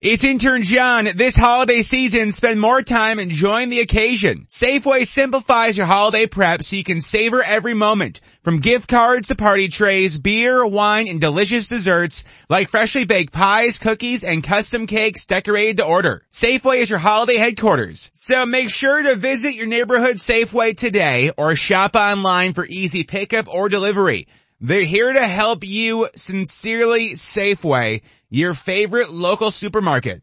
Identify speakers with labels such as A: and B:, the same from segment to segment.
A: It's intern John. This holiday season, spend more time enjoying the occasion. Safeway simplifies your holiday prep so you can savor every moment. From gift cards to party trays, beer, wine, and delicious desserts like freshly baked pies, cookies, and custom cakes decorated to order. Safeway is your holiday headquarters. So make sure to visit your neighborhood Safeway today or shop online for easy pickup or delivery. They're here to help you sincerely Safeway, your favorite local supermarket.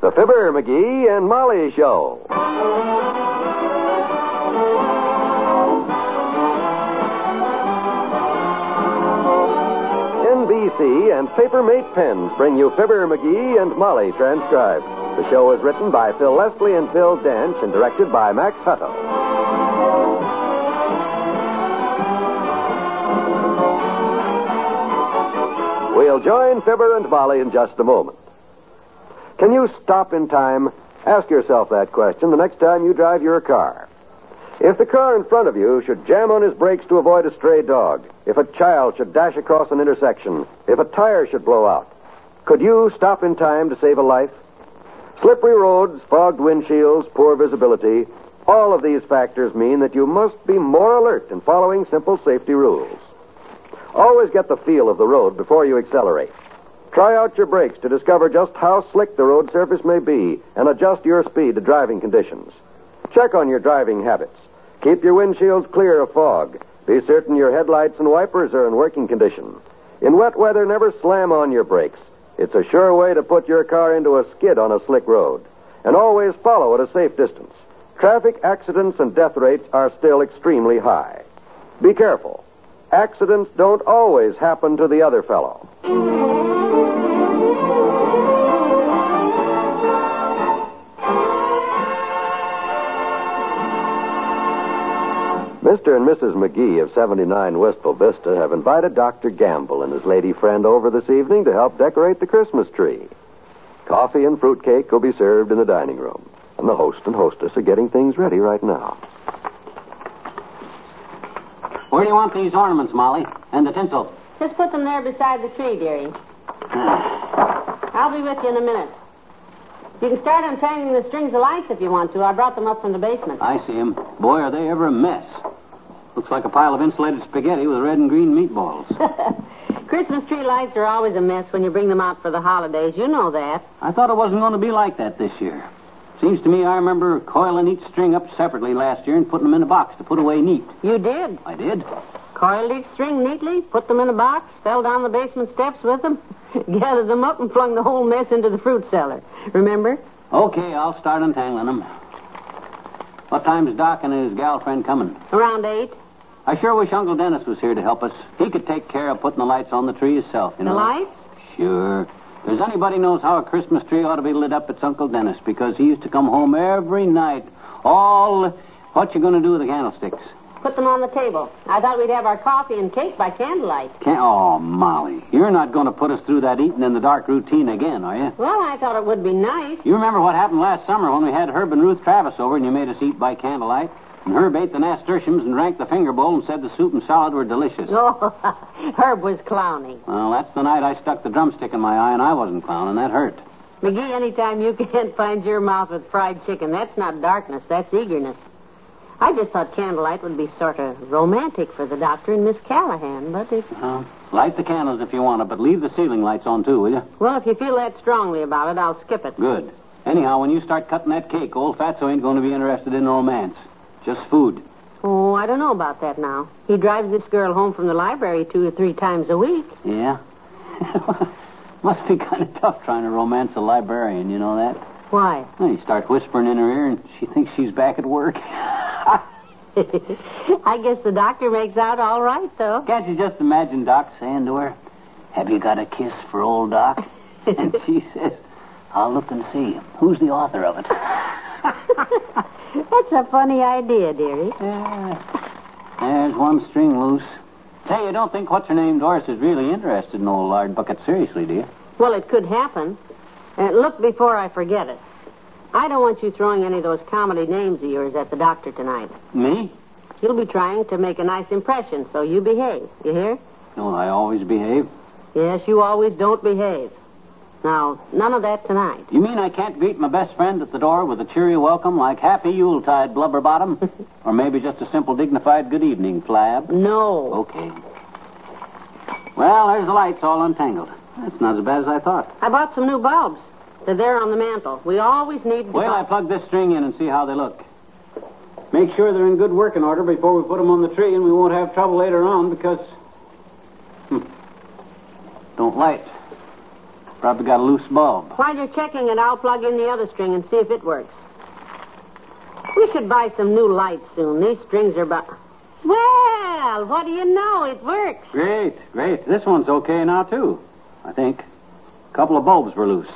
B: The Fibber, McGee, and Molly Show. NBC and Papermate Pens bring you Fibber, McGee, and Molly transcribed. The show is written by Phil Leslie and Phil Dench and directed by Max Hutto. We'll join Fibber and Molly in just a moment. Can you stop in time? Ask yourself that question the next time you drive your car. If the car in front of you should jam on his brakes to avoid a stray dog, if a child should dash across an intersection, if a tire should blow out, could you stop in time to save a life? Slippery roads, fogged windshields, poor visibility, all of these factors mean that you must be more alert in following simple safety rules. Always get the feel of the road before you accelerate. Try out your brakes to discover just how slick the road surface may be and adjust your speed to driving conditions. Check on your driving habits. Keep your windshields clear of fog. Be certain your headlights and wipers are in working condition. In wet weather, never slam on your brakes. It's a sure way to put your car into a skid on a slick road. And always follow at a safe distance. Traffic accidents and death rates are still extremely high. Be careful. Accidents don't always happen to the other fellow. Mr. and Mrs. McGee of 79 Wistful Vista have invited Dr. Gamble and his lady friend over this evening to help decorate the Christmas tree. Coffee and fruitcake will be served in the dining room, and the host and hostess are getting things ready right now.
C: Where do you want these ornaments, Molly? And the tinsel?
D: Just put them there beside the tree, dearie. I'll be with you in a minute. You can start untangling the strings of lights if you want to. I brought them up from the basement.
C: I see 'em. Boy, are they ever a mess. Looks like a pile of insulated spaghetti with red and green meatballs.
D: Christmas tree lights are always a mess when you bring them out for the holidays. You know that.
C: I thought it wasn't going to be like that this year. Seems to me I remember coiling each string up separately last year and putting them in a box to put away neat.
D: You did.
C: I did.
D: Coiled each string neatly, put them in a box, fell down the basement steps with them, gathered them up, and flung the whole mess into the fruit cellar. Remember?
C: Okay, I'll start untangling them. What time's Doc and his gal friend coming?
D: Around eight.
C: I sure wish Uncle Dennis was here to help us. He could take care of putting the lights on the tree himself, you
D: The
C: know.
D: lights?
C: Sure. If there's anybody knows how a Christmas tree ought to be lit up, it's Uncle Dennis because he used to come home every night. All what you gonna do with the candlesticks?
D: Put them on the table. I thought we'd have our coffee and cake by candlelight.
C: Can't, oh, Molly, you're not gonna put us through that eating in the dark routine again, are you?
D: Well, I thought it would be nice.
C: You remember what happened last summer when we had Herb and Ruth Travis over and you made us eat by candlelight? And Herb ate the nasturtiums and drank the finger bowl and said the soup and salad were delicious.
D: Oh, Herb was clowning.
C: Well, that's the night I stuck the drumstick in my eye and I wasn't clowning. That hurt.
D: McGee, anytime you can't find your mouth with fried chicken, that's not darkness, that's eagerness. I just thought candlelight would be sort of romantic for the doctor and Miss Callahan, but it,
C: Well, light the candles if you want to, but leave the ceiling lights on too, will you?
D: well, if you feel that strongly about it, I'll skip it.
C: Good. Anyhow, when you start cutting that cake, old Fatso ain't going to be interested in romance. Just food.
D: Oh, I don't know about that now. He drives this girl home from the library two or three times a week.
C: Yeah? Must be kind of tough trying to romance a librarian, you know that?
D: Why?
C: Well, you start whispering in her ear, and she thinks she's back at work.
D: I guess the doctor makes out all right, though.
C: Can't you just imagine Doc saying to her, Have you got a kiss for old Doc? and she says, I'll look and see. Who's the author of it?
D: That's a funny idea, dearie.
C: Yeah. There's one string loose. Say, you don't think what's her name Doris is really interested in old lard bucket seriously, do you?
D: Well, it could happen. Uh, look before I forget it. I don't want you throwing any of those comedy names of yours at the doctor tonight.
C: Me?
D: He'll be trying to make a nice impression, so you behave. You hear?
C: No, I always behave.
D: Yes, you always don't behave. Now, none of that tonight.
C: You mean I can't greet my best friend at the door with a cheery welcome like Happy Yuletide, Blubber Bottom? or maybe just a simple, dignified good evening, Flab?
D: No.
C: Okay. Well, there's the lights all untangled. That's not as bad as I thought.
D: I bought some new bulbs. They're there on the mantel. We always need.
C: Wait till I plug this string in and see how they look. Make sure they're in good working order before we put them on the tree, and we won't have trouble later on because. Hmm. Don't light. Probably got a loose bulb.
D: While you're checking it, I'll plug in the other string and see if it works. We should buy some new lights soon. These strings are about. Well, what do you know? It works.
C: Great, great. This one's okay now, too. I think. A couple of bulbs were loose.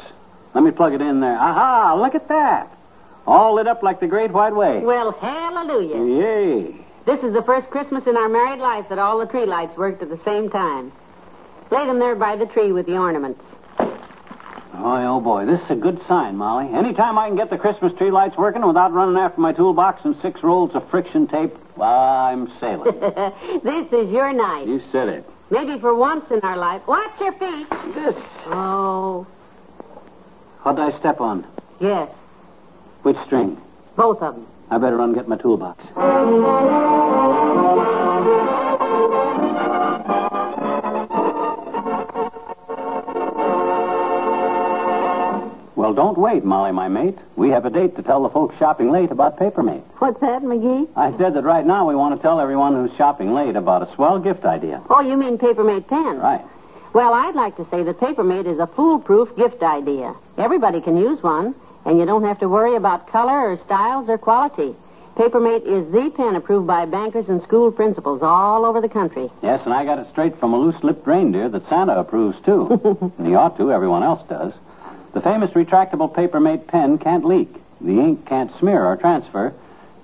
C: Let me plug it in there. Aha! Look at that. All lit up like the Great White Way.
D: Well, hallelujah.
C: Yay.
D: This is the first Christmas in our married life that all the tree lights worked at the same time. Lay them there by the tree with the ornaments.
C: Boy, oh boy, this is a good sign, Molly. Anytime I can get the Christmas tree lights working without running after my toolbox and six rolls of friction tape, I'm sailing.
D: this is your night.
C: you said it.
D: Maybe for once in our life. Watch your feet.
C: This.
D: Oh,
C: What would I step on?
D: yes.
C: Which string?
D: Both of them.
C: I better run and get my toolbox. Well, don't wait, Molly, my mate. We have a date to tell the folks shopping late about Papermate.
D: What's that, McGee?
C: I said that right now we want to tell everyone who's shopping late about a swell gift idea.
D: Oh, you mean Papermate pens?
C: Right.
D: Well, I'd like to say that Papermate is a foolproof gift idea. Everybody can use one, and you don't have to worry about color or styles or quality. Papermate is the pen approved by bankers and school principals all over the country.
C: Yes, and I got it straight from a loose-lipped reindeer that Santa approves, too. and he ought to. Everyone else does. The famous retractable Papermate pen can't leak. The ink can't smear or transfer.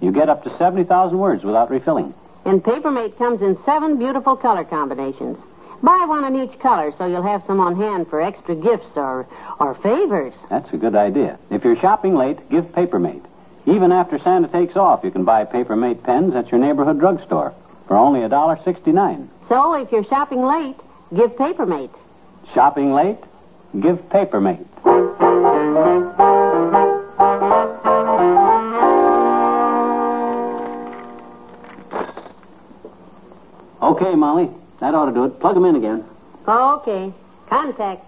C: You get up to 70,000 words without refilling.
D: And Papermate comes in seven beautiful color combinations. Buy one in each color so you'll have some on hand for extra gifts or, or favors.
C: That's a good idea. If you're shopping late, give Papermate. Even after Santa takes off, you can buy Papermate pens at your neighborhood drugstore for only $1.69.
D: So if you're shopping late, give Papermate.
C: Shopping late? Give Papermate. Okay, Molly. That ought to do it. Plug 'em in again.
D: Okay. Contact.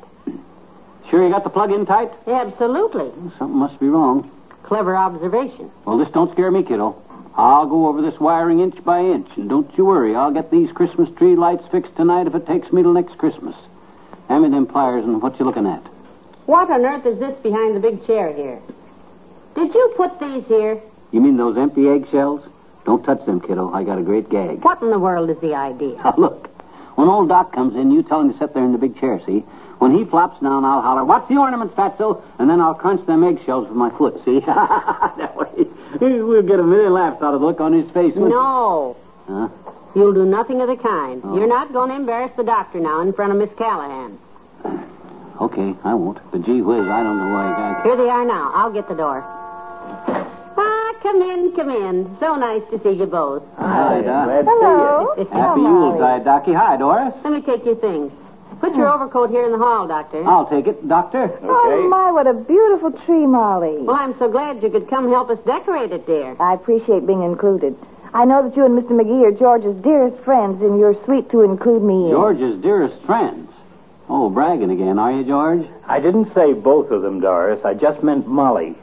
C: Sure you got the plug in tight?
D: Absolutely.
C: Something must be wrong.
D: Clever observation.
C: Well, this don't scare me, kiddo. I'll go over this wiring inch by inch, and don't you worry. I'll get these Christmas tree lights fixed tonight if it takes me till next Christmas. Hand me them pliers and what you looking at?
D: What on earth is this behind the big chair here? Did you put these here?
C: You mean those empty eggshells? Don't touch them, kiddo. I got a great gag.
D: What in the world is the idea?
C: Now, look. When old Doc comes in, you tell him to sit there in the big chair, see? When he flops down, I'll holler, What's the ornaments, Fatso? And then I'll crunch them eggshells with my foot, see? that way, we'll get a million laughs out of the look on his face. won't
D: No.
C: we? Huh?
D: You'll do nothing of the kind.
C: Oh.
D: You're not going to embarrass the doctor now in front of Miss Callahan.
C: Okay, I won't. But gee whiz, I don't know why you guys.
D: Here they are now. I'll get the door. Ah, come in, come in. So nice to see you both.
C: Hi, Doc.
E: Hello.
C: Happy Yuletide, Doc. Hi, Doris.
D: Let me take your things. Put your overcoat here in the hall, Doctor.
C: I'll take it, Doctor.
E: Oh, my, what a beautiful tree, Molly.
D: Well, I'm so glad you could come help us decorate it, dear.
E: I appreciate being included. I know that you and Mr. McGee are George's dearest friends, and you're sweet to include me in.
C: George's dearest friends. Oh, bragging again, are you, George?
F: I didn't say both of them, Doris. I just meant Molly.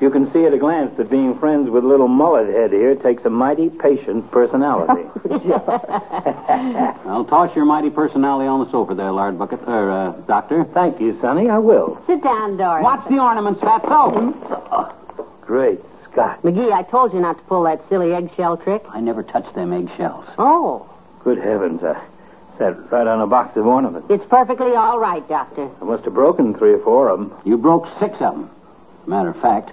F: You can see at a glance that being friends with little mullet head here takes a mighty patient personality.
C: I'll toss your mighty personality on the sofa there, Lard Bucket, or uh, Doctor.
F: Thank you, Sonny. I will.
D: Sit down, Doris.
C: Watch the ornaments, Fatso.
F: Great Scott.
D: McGee, I told you not to pull that silly eggshell trick.
C: I never touch them eggshells.
D: Oh.
F: Good heavens. I that right on a box of ornaments.
D: It's perfectly all right, Doctor.
F: I must have broken three or four of them.
C: You broke six of them. Matter of fact.